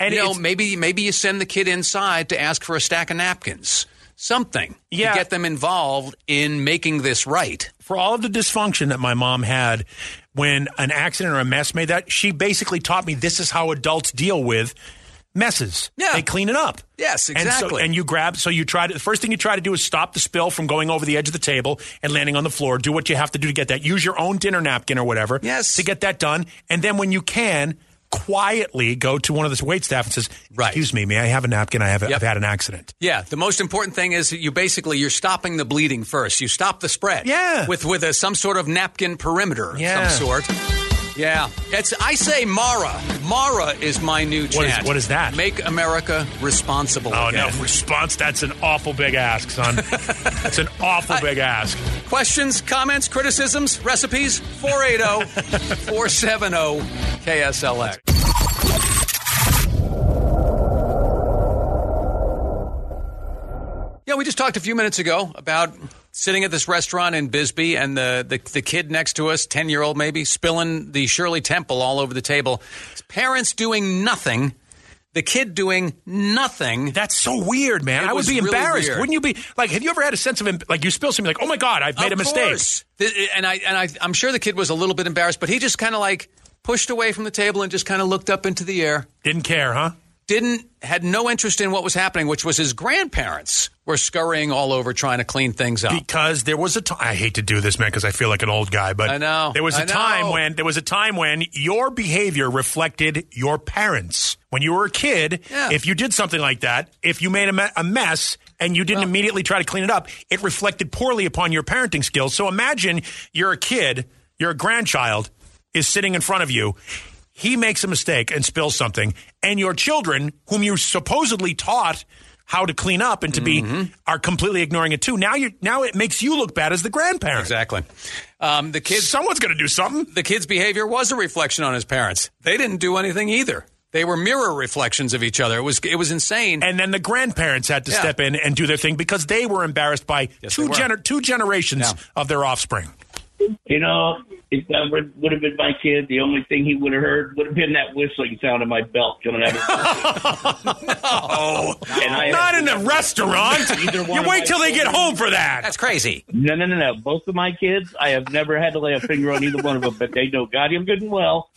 [SPEAKER 4] And
[SPEAKER 3] you know,
[SPEAKER 4] it's-
[SPEAKER 3] maybe maybe you send the kid inside to ask for a stack of napkins, something
[SPEAKER 4] Yeah.
[SPEAKER 3] to get them involved in making this right.
[SPEAKER 4] for all of the dysfunction that my mom had when an accident or a mess made that she basically taught me this is how adults deal with messes
[SPEAKER 3] Yeah.
[SPEAKER 4] they clean it up
[SPEAKER 3] Yes,
[SPEAKER 4] And so-
[SPEAKER 3] exactly.
[SPEAKER 4] and you grab so you try to the first thing you try to do is stop the spill from going over the edge of the table and landing on the floor do what you have to do to get that use your own dinner napkin or whatever
[SPEAKER 3] Yes.
[SPEAKER 4] to get that done and then when you can quietly go to one of the wait staff and says
[SPEAKER 3] Right.
[SPEAKER 4] excuse me may i have a napkin i have
[SPEAKER 3] Yep.
[SPEAKER 4] I've had an accident
[SPEAKER 3] Yeah, the most important thing is that you basically you're stopping the bleeding first. You stop the spread.
[SPEAKER 4] Yeah.
[SPEAKER 3] with with a, some sort of napkin perimeter of
[SPEAKER 4] Yeah.
[SPEAKER 3] some sort. Yeah, it's I say Mara. Mara is my new
[SPEAKER 4] What is-
[SPEAKER 3] chant.
[SPEAKER 4] what is that?
[SPEAKER 3] Make America responsible.
[SPEAKER 4] oh
[SPEAKER 3] again.
[SPEAKER 4] no response that's an awful big ask <laughs> son that's an awful big ask
[SPEAKER 3] Questions, comments, criticisms, recipes? oh, 480-470-KSLX. Yeah, we just talked a few minutes ago about sitting at this restaurant in Bisbee and the, the, the kid next to us, 10 year old maybe, spilling the Shirley Temple all over the table. Parents doing nothing, the kid doing nothing.
[SPEAKER 4] That's so weird, man.
[SPEAKER 3] It
[SPEAKER 4] I would
[SPEAKER 3] was
[SPEAKER 4] be
[SPEAKER 3] really
[SPEAKER 4] embarrassed.
[SPEAKER 3] weird.
[SPEAKER 4] Wouldn't you be like? Have you ever had a sense of em- like you spill something like, oh my god, I've made
[SPEAKER 3] Of
[SPEAKER 4] a mistake?
[SPEAKER 3] course. Th- And I and I I'm sure the kid was a little bit embarrassed, but he just kind of like pushed away from the table and just kind of looked up into the air.
[SPEAKER 4] Didn't care, huh?
[SPEAKER 3] Didn't had no interest in what was happening, which was his grandparents were scurrying all over trying to clean things up.
[SPEAKER 4] Because there was a time. I hate to do this, man, because I feel like an old guy. But
[SPEAKER 3] I know.
[SPEAKER 4] there was a
[SPEAKER 3] I know.
[SPEAKER 4] time when there was a time when your behavior reflected your parents. When you were a kid,
[SPEAKER 3] Yeah.
[SPEAKER 4] if you did something like that, if you made a, me- a mess and you didn't immediately try to clean it up, it reflected poorly upon your parenting skills. So imagine you're a kid, your grandchild is sitting in front of you. He makes a mistake and spills something, and your children, whom you supposedly taught how to clean up and to be are completely ignoring it too. Now you now it makes you look bad as the grandparent.
[SPEAKER 3] exactly. Um, the kids
[SPEAKER 4] Someone's going to do something.
[SPEAKER 3] the kid's behavior was a reflection on his parents. They didn't do anything either. They were mirror reflections of each other. It was it was insane.
[SPEAKER 4] And then the grandparents had to
[SPEAKER 3] Yeah.
[SPEAKER 4] step in and do their thing because they were embarrassed by
[SPEAKER 3] Yes,
[SPEAKER 4] two
[SPEAKER 3] they were.
[SPEAKER 4] gener- two generations of their offspring.
[SPEAKER 8] You know, if that would, would have been my kid, the only thing he would have heard would have been that whistling sound of my belt coming out. Of
[SPEAKER 4] Oh,
[SPEAKER 8] and I
[SPEAKER 4] not in a restaurant. <laughs>
[SPEAKER 8] Either one
[SPEAKER 4] you
[SPEAKER 8] of
[SPEAKER 4] wait
[SPEAKER 8] my
[SPEAKER 4] till they get
[SPEAKER 8] children.
[SPEAKER 4] home for that.
[SPEAKER 3] That's crazy.
[SPEAKER 8] no, no, no, no. Both of my kids, I have never had to lay a finger on either one of them, but they know goddamn good and well.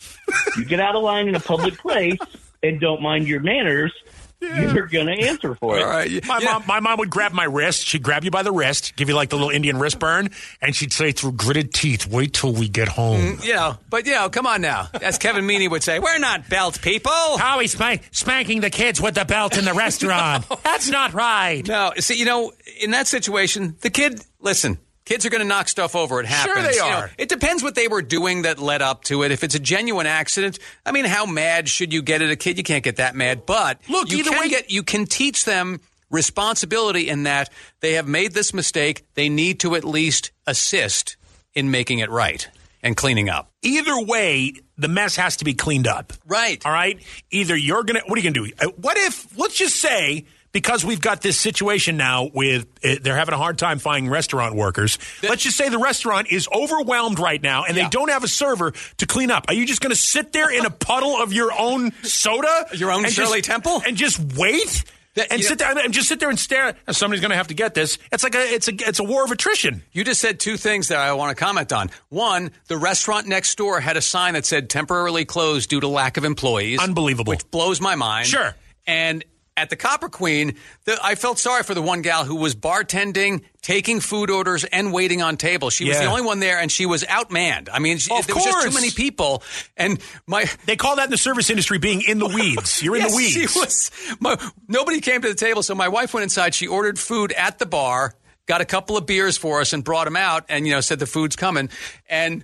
[SPEAKER 8] You get out of line in a public place and don't mind your manners, you're gonna answer for it.
[SPEAKER 3] All right.
[SPEAKER 4] My mom, my mom would grab my wrist. She'd grab you by the wrist, give you like the little Indian wrist burn, and she'd say through gritted teeth, "Wait till we get home."
[SPEAKER 3] You know, but you know, come on now. As Kevin Meaney would say, we're not belt people.
[SPEAKER 4] How he's spanking the kids with the belt in the <laughs> restaurant. That's not right.
[SPEAKER 3] No, see, you know, in that situation, the kid, listen, kids are going to knock stuff over. It happens.
[SPEAKER 4] they
[SPEAKER 3] You know,
[SPEAKER 4] are.
[SPEAKER 3] it depends what they were doing that led up to it. If it's a genuine accident, I mean, how mad should you get at a kid? You can't get that mad. But
[SPEAKER 4] Look,
[SPEAKER 3] you
[SPEAKER 4] either
[SPEAKER 3] can
[SPEAKER 4] way-
[SPEAKER 3] get, you can teach them responsibility in that they have made this mistake. They need to at least assist in making it right and cleaning up.
[SPEAKER 4] Either way, the mess has to be cleaned up.
[SPEAKER 3] Right.
[SPEAKER 4] All right. Either you're gonna. What are you gonna do? Uh, What if? Let's just say because we've got this situation now with eh, they're having a hard time finding restaurant workers. Let's just say the restaurant is overwhelmed right now and they don't have a server to clean up. Are you just going to sit there
[SPEAKER 3] <laughs>
[SPEAKER 4] in a puddle of your own soda,
[SPEAKER 3] Your own
[SPEAKER 4] and
[SPEAKER 3] Shirley
[SPEAKER 4] just,
[SPEAKER 3] Temple?
[SPEAKER 4] and just wait?
[SPEAKER 3] That-
[SPEAKER 4] and
[SPEAKER 3] you
[SPEAKER 4] sit
[SPEAKER 3] know-
[SPEAKER 4] there and just sit there and stare. Somebody's going to have to get this. It's like a it's a it's a war of attrition.
[SPEAKER 3] You just said two things that I want to comment on. One, the restaurant next door had a sign that said temporarily closed due to lack of employees.
[SPEAKER 4] Unbelievable.
[SPEAKER 3] Which blows my mind.
[SPEAKER 4] Sure.
[SPEAKER 3] And at the Copper Queen, the, I felt sorry for the one gal who was bartending, taking food orders, and waiting on tables. She was
[SPEAKER 4] Yeah.
[SPEAKER 3] the only one there, and she was outmanned. I mean, she,
[SPEAKER 4] Of
[SPEAKER 3] there was just too
[SPEAKER 4] course.
[SPEAKER 3] many people. And my
[SPEAKER 4] They call that in the service industry being in the weeds. You're in the
[SPEAKER 3] <laughs> Yes,
[SPEAKER 4] weeds.
[SPEAKER 3] She was. My, nobody came to the table, so my wife went inside. She ordered food at the bar, got a couple of beers for us, and brought them out. And you know, said the food's coming. And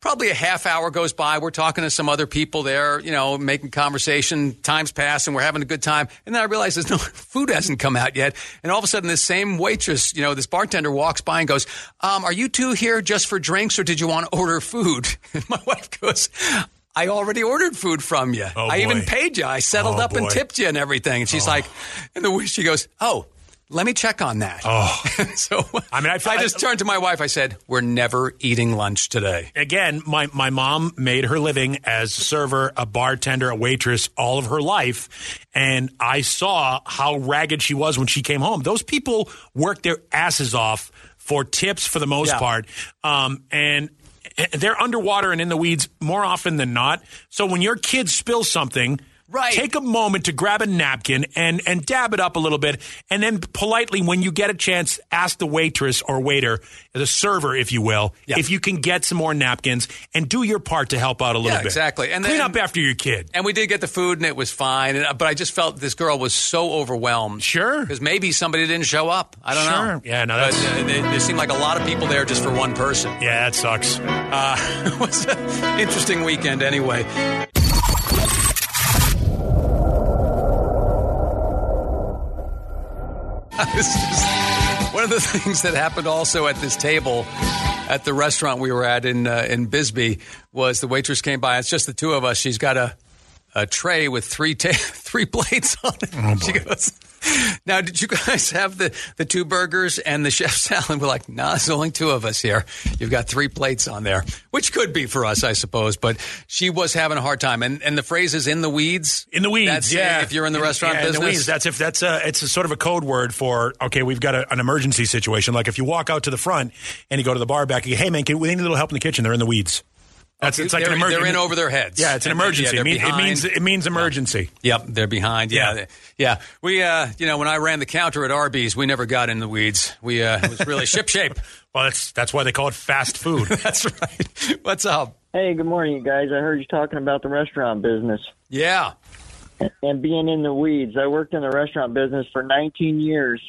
[SPEAKER 3] probably a half hour goes by. We're talking to some other people there, you know, making conversation. Times pass, and we're having a good time. And then I realize there's no <laughs> food hasn't come out yet. And all of a sudden, this same waitress, you know, this bartender walks by and goes, um, "Are you two here just for drinks, or did you want to order food?" <laughs> And my wife goes. I already ordered food from you.
[SPEAKER 4] Oh,
[SPEAKER 3] I even
[SPEAKER 4] boy.
[SPEAKER 3] paid you. I settled
[SPEAKER 4] Oh,
[SPEAKER 3] up and
[SPEAKER 4] boy. Oh.
[SPEAKER 3] tipped you and everything. And she's like, and the she goes, oh. Let me check on that. Oh, <laughs> so
[SPEAKER 4] I mean, I-
[SPEAKER 3] just turned to my wife. I said, "We're never eating lunch today."
[SPEAKER 4] again, my, my mom made her living as a server, a bartender, a waitress all of her life. And I saw how ragged she was when she came home. Those people work their asses off for tips for the most
[SPEAKER 3] Yeah.
[SPEAKER 4] part. Um, and they're underwater and in the weeds more often than not. So when your kids spill something,
[SPEAKER 3] Right.
[SPEAKER 4] Take a moment to grab a napkin and, and dab it up a little bit. And then politely, when you get a chance, ask the waitress or waiter, the server, if you will,
[SPEAKER 3] Yeah.
[SPEAKER 4] if you can get some more napkins and do your part to help out a little
[SPEAKER 3] Yeah,
[SPEAKER 4] bit.
[SPEAKER 3] exactly. And
[SPEAKER 4] Clean
[SPEAKER 3] then-
[SPEAKER 4] up after your kid.
[SPEAKER 3] And we did get the food, and it was fine. And, uh, but I just felt this girl was so overwhelmed.
[SPEAKER 4] Sure.
[SPEAKER 3] because maybe somebody didn't show up. I don't
[SPEAKER 4] Sure.
[SPEAKER 3] know.
[SPEAKER 4] Yeah, no,
[SPEAKER 3] But,
[SPEAKER 4] that's-
[SPEAKER 3] uh, there, there seemed like a lot of people there just for one person.
[SPEAKER 4] Yeah, that sucks.
[SPEAKER 3] Uh, <laughs> it was an interesting weekend, anyway. <laughs> This is one of the <laughs> things that happened also at this table at the restaurant we were at in uh, in Bisbee was the waitress came by. It's just the two of us. She's got a a tray with three ta- <laughs> three plates on it.
[SPEAKER 4] Oh,
[SPEAKER 3] she goes. Now, did you guys have the, the two burgers and the chef <laughs> salad? We're like, nah, there's only two of us here. You've got three plates on there, which could be for us, I suppose. But she was having a hard time, and and the phrase is in the weeds.
[SPEAKER 4] In the weeds,
[SPEAKER 3] That's
[SPEAKER 4] yeah.
[SPEAKER 3] If you're in the restaurant
[SPEAKER 4] yeah, in
[SPEAKER 3] business,
[SPEAKER 4] the weeds. That's if that's a it's a sort of a code word for okay, we've got a, an emergency situation. Like if you walk out to the front and you go to the bar back, you go, hey man, can we need a little help in the kitchen? They're in the weeds. That's it's like
[SPEAKER 3] they're,
[SPEAKER 4] an emergency.
[SPEAKER 3] they're in over their heads.
[SPEAKER 4] Yeah, it's an
[SPEAKER 3] And then,
[SPEAKER 4] emergency.
[SPEAKER 3] yeah, they're
[SPEAKER 4] it, mean, it
[SPEAKER 3] behind.
[SPEAKER 4] means it means emergency.
[SPEAKER 3] Yep, they're behind. Yeah,
[SPEAKER 4] Yeah.
[SPEAKER 3] they- yeah. We, uh, you know, when I ran the counter at Arby's, we never got in the weeds. We uh, it was
[SPEAKER 4] <laughs>
[SPEAKER 3] really ship shape.
[SPEAKER 4] Well, that's that's why they call it fast food. <laughs>
[SPEAKER 3] That's right. What's up?
[SPEAKER 9] Hey, good morning, you guys. I heard you talking about the restaurant business
[SPEAKER 3] Yeah.
[SPEAKER 9] and being in the weeds. I worked in the restaurant business for 19 years.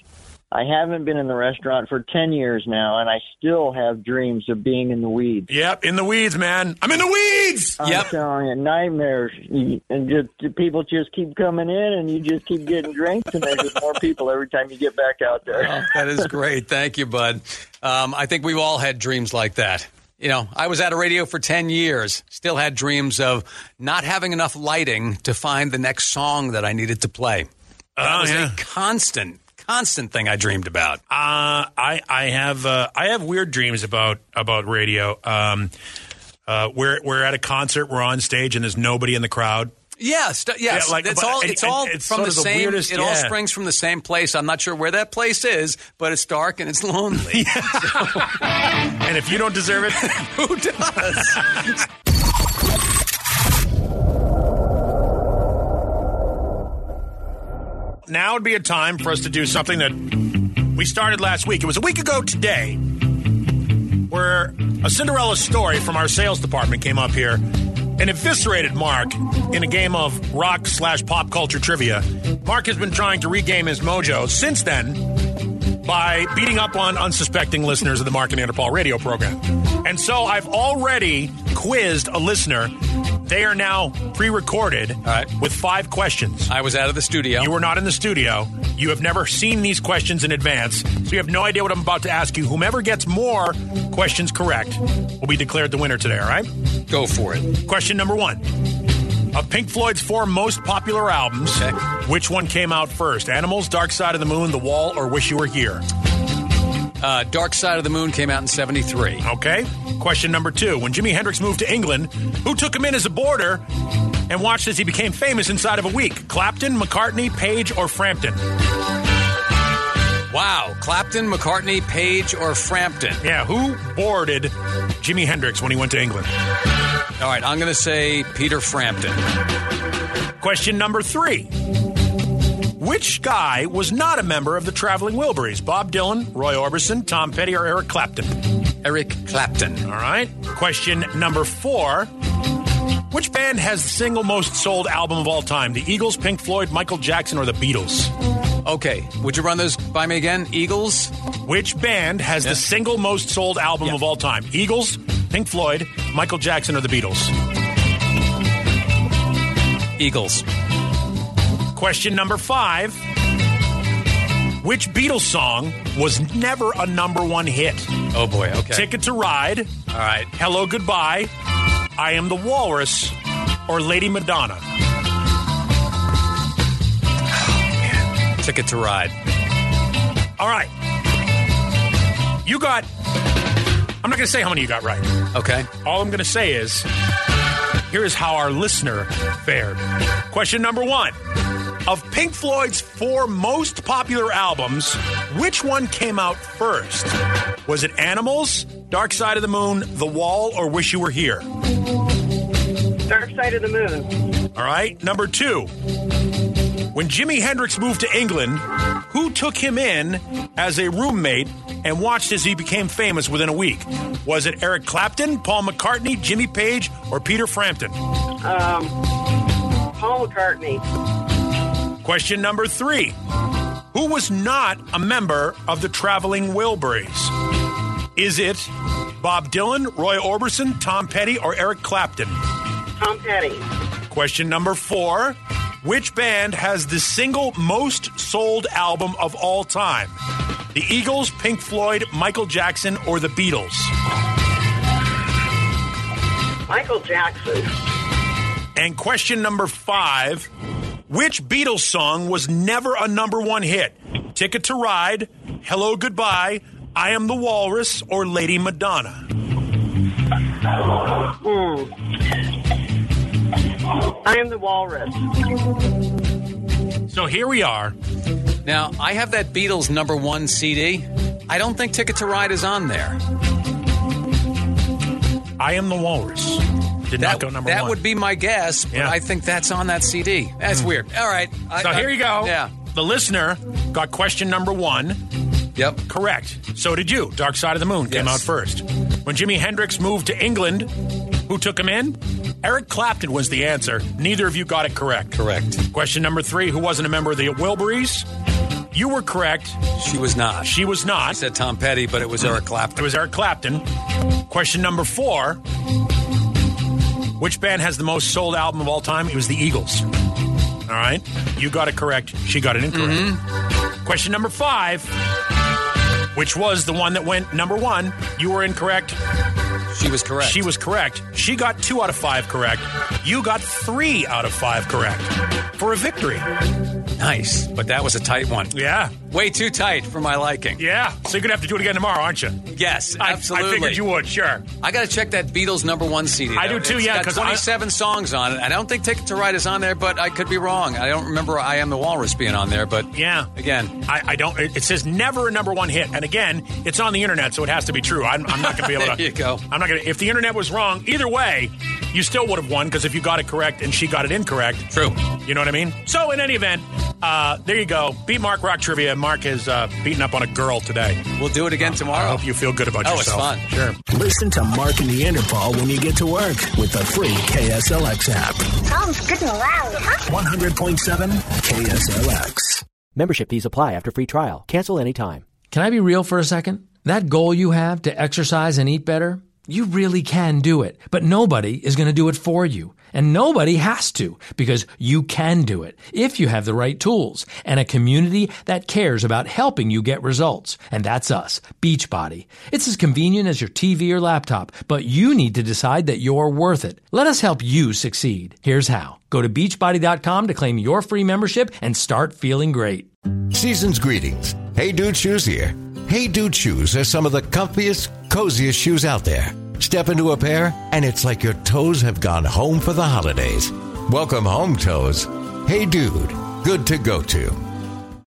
[SPEAKER 9] I haven't been in the restaurant for 10 years now, and I still have dreams of being in the weeds.
[SPEAKER 4] yep, in the weeds, man. I'm in the weeds.
[SPEAKER 9] I'm
[SPEAKER 3] Yep.
[SPEAKER 9] telling you, nightmares. You- And just people just keep coming in, and you just keep getting drinks, and there's just more people every time you get back out there.
[SPEAKER 3] Oh, that is great. Thank you, bud. Um, I think we've all had dreams like that. You know, I was out of radio for 10 years, still had dreams of not having enough lighting to find the next song that I needed to play. Uh, That
[SPEAKER 4] Oh,
[SPEAKER 3] was
[SPEAKER 4] yeah.
[SPEAKER 3] a constant, constant thing I dreamed about.
[SPEAKER 4] Uh, I I have uh, I have weird dreams about about radio. Um, uh, we're we're at a concert, we're on stage, and there's nobody in the crowd.
[SPEAKER 3] Yeah, st- yes.
[SPEAKER 4] Yeah, like,
[SPEAKER 3] it's
[SPEAKER 4] but-
[SPEAKER 3] all
[SPEAKER 4] and-
[SPEAKER 3] it's
[SPEAKER 4] and
[SPEAKER 3] all
[SPEAKER 4] it's
[SPEAKER 3] from the
[SPEAKER 4] sort of the
[SPEAKER 3] same.
[SPEAKER 4] weirdest-
[SPEAKER 3] it all
[SPEAKER 4] yeah.
[SPEAKER 3] springs from the same place. I'm not sure where that place is, but it's dark and it's
[SPEAKER 4] <laughs>
[SPEAKER 3] lonely.
[SPEAKER 4] And if you don't deserve it,
[SPEAKER 3] <laughs> Who does?
[SPEAKER 4] now would be a time for us to do something that we started last week. It was a week ago today where a Cinderella story from our sales department came up here and eviscerated Mark in a game of rock slash pop culture trivia. Mark has been trying to regain his mojo since then by beating up on unsuspecting listeners of the Mark and Interpol radio program. And so I've already quizzed a listener. They are now pre recorded
[SPEAKER 3] right.
[SPEAKER 4] with five questions.
[SPEAKER 3] I was out of the studio.
[SPEAKER 4] You were not in the studio. You have never seen these questions in advance, so you have no idea what I'm about to ask you. Whomever gets more questions correct will be declared the winner today, all right?
[SPEAKER 3] go for it.
[SPEAKER 4] Question number one Of Pink Floyd's four most popular albums,
[SPEAKER 3] Okay.
[SPEAKER 4] which one came out first? Animals, Dark Side of the Moon, The Wall, or Wish You Were Here?
[SPEAKER 3] Uh, Dark Side of the Moon came out in 73.
[SPEAKER 4] Okay. Question number two. When Jimi Hendrix moved to England, who took him in as a boarder and watched as he became famous inside of a week? Clapton, McCartney, Page, or Frampton?
[SPEAKER 3] Wow. Clapton, McCartney, Page, or Frampton?
[SPEAKER 4] Yeah, who boarded Jimi Hendrix when he went to England?
[SPEAKER 3] All right, I'm going to say Peter Frampton.
[SPEAKER 4] Question number three. Which guy was not a member of the Traveling Wilburys? Bob Dylan, Roy Orbison, Tom Petty, or Eric Clapton?
[SPEAKER 3] Eric Clapton.
[SPEAKER 4] All right. Question number four. Which band has the single most sold album of all time? The Eagles, Pink Floyd, Michael Jackson, or the Beatles?
[SPEAKER 3] Okay, would you run those by me again? Eagles?
[SPEAKER 4] Which band has
[SPEAKER 3] Yeah.
[SPEAKER 4] the single most sold album
[SPEAKER 3] Yeah.
[SPEAKER 4] of all time? Eagles, Pink Floyd, Michael Jackson, or the Beatles?
[SPEAKER 3] Eagles.
[SPEAKER 4] Question number five. Which Beatles song was never a number one hit?
[SPEAKER 3] Oh, boy. Okay.
[SPEAKER 4] Ticket to Ride,
[SPEAKER 3] All right.
[SPEAKER 4] Hello Goodbye, I Am the Walrus, or Lady Madonna?
[SPEAKER 3] Ticket to Ride.
[SPEAKER 4] All right. You got. I'm not going to say how many you got right.
[SPEAKER 3] Okay.
[SPEAKER 4] All I'm going to say is here is how our listener fared. Question number one Of Pink Floyd's four most popular albums, which one came out first? Was it Animals, Dark Side of the Moon, The Wall, or Wish You Were Here?
[SPEAKER 10] Dark Side of the Moon.
[SPEAKER 4] All right. Number two. When Jimi Hendrix moved to England, who took him in as a roommate and watched as he became famous within a week? Was it Eric Clapton, Paul McCartney, Jimmy Page, or Peter Frampton?
[SPEAKER 10] Um, Paul McCartney.
[SPEAKER 4] Question number three Who was not a member of the Traveling Wilburys? Is it Bob Dylan, Roy Orbison, Tom Petty, or Eric Clapton?
[SPEAKER 10] Tom Petty.
[SPEAKER 4] Question number four Which band has the single most sold album of all time? The Eagles, Pink Floyd, Michael Jackson, or the Beatles?
[SPEAKER 10] Michael Jackson.
[SPEAKER 4] And question number five Which Beatles song was never a number one hit? Ticket to Ride, Hello Goodbye, I Am the Walrus, or Lady Madonna?
[SPEAKER 10] I am the Walrus.
[SPEAKER 4] So here we are.
[SPEAKER 3] Now, I have that Beatles number one CD. I don't think Ticket to Ride is on there.
[SPEAKER 4] I Am the Walrus.
[SPEAKER 3] That,
[SPEAKER 4] Did not go number
[SPEAKER 3] that
[SPEAKER 4] one.
[SPEAKER 3] would be my guess, but
[SPEAKER 4] Yeah. Hmm.
[SPEAKER 3] I think that's on that CD. That's weird. All right. I-
[SPEAKER 4] So
[SPEAKER 3] I-
[SPEAKER 4] here you go.
[SPEAKER 3] Yeah.
[SPEAKER 4] The listener got question number one.
[SPEAKER 3] Yep.
[SPEAKER 4] Correct. So did you. Dark Side of the Moon came
[SPEAKER 3] Yes.
[SPEAKER 4] out first. When Jimi Hendrix moved to England, who took him in? Eric Clapton was the answer. Neither of you got it correct.
[SPEAKER 3] Correct.
[SPEAKER 4] Question number three Who wasn't a member of the Wilburys? You were correct.
[SPEAKER 3] She was not. She
[SPEAKER 4] She was not.
[SPEAKER 3] said Tom Petty, but it was Eric
[SPEAKER 4] It
[SPEAKER 3] Clapton.
[SPEAKER 4] was Eric Clapton. Question number four Which band has the most sold album of all time? It was the Eagles. All right. You got it correct. She got it incorrect. Question number five, which was the one that went number one. You were incorrect.
[SPEAKER 3] She was correct.
[SPEAKER 4] She was correct. She got two out of five correct. You got three out of five correct for a victory.
[SPEAKER 3] nice, but that was a tight one.
[SPEAKER 4] Yeah.
[SPEAKER 3] Way too tight for my liking.
[SPEAKER 4] Yeah. So you're going to have to do it again tomorrow, aren't you?
[SPEAKER 3] Yes,
[SPEAKER 4] I-
[SPEAKER 3] absolutely.
[SPEAKER 4] I, figured you would, sure.
[SPEAKER 3] I got to check that Beatles number one CD.
[SPEAKER 4] I
[SPEAKER 3] though.
[SPEAKER 4] do too,
[SPEAKER 3] It's
[SPEAKER 4] yeah,
[SPEAKER 3] got
[SPEAKER 4] 'cause I-
[SPEAKER 3] 27 songs on it. I don't think Ticket to Ride is on there, but I could be wrong. I don't remember I Am the Walrus being on there, but
[SPEAKER 4] Yeah.
[SPEAKER 3] again,
[SPEAKER 4] I, I don't. It it says never a number one hit, and again, it's on the internet, so it has to be true. I'm, I'm not going to
[SPEAKER 3] <laughs>
[SPEAKER 4] be able to.
[SPEAKER 3] There you go.
[SPEAKER 4] I'm not going to. If the internet was wrong, either way, you still would have won because if you got it correct and she got it incorrect,
[SPEAKER 3] true.
[SPEAKER 4] You know what I mean? So, in any event, uh, there you go. Beat Mark Rock Trivia. Mark is uh, beating up on a girl today.
[SPEAKER 3] We'll do it again
[SPEAKER 4] Oh, I
[SPEAKER 3] tomorrow.
[SPEAKER 4] hope you feel good about
[SPEAKER 3] Oh, it's
[SPEAKER 4] yourself.
[SPEAKER 3] fun.
[SPEAKER 4] Sure.
[SPEAKER 1] Listen to Mark and Neanderthal when you get to work with the free KSLX app.
[SPEAKER 11] Sounds good and loud, huh?
[SPEAKER 1] 100.7 KSLX.
[SPEAKER 12] Membership fees apply after free trial. Cancel anytime.
[SPEAKER 13] Can I be real for a second? That goal you have to exercise and eat better,
[SPEAKER 2] you really can do it, but nobody is going to do it for you. And nobody has to because you can do it if you have the right tools and a community that cares about helping you get results. And that's us, Beachbody. It's as convenient as your TV or laptop, but you need to decide that you're worth it. Let us help you succeed. Here's how. Go to beachbody.com to claim your free membership and start feeling great.
[SPEAKER 14] Season's greetings. Hey Dude Shoes here. Hey Dude Shoes are some of the comfiest, coziest shoes out there. Step into a pair, and it's like your toes have gone home for the holidays. Welcome home, toes. Hey Dude, good to go to.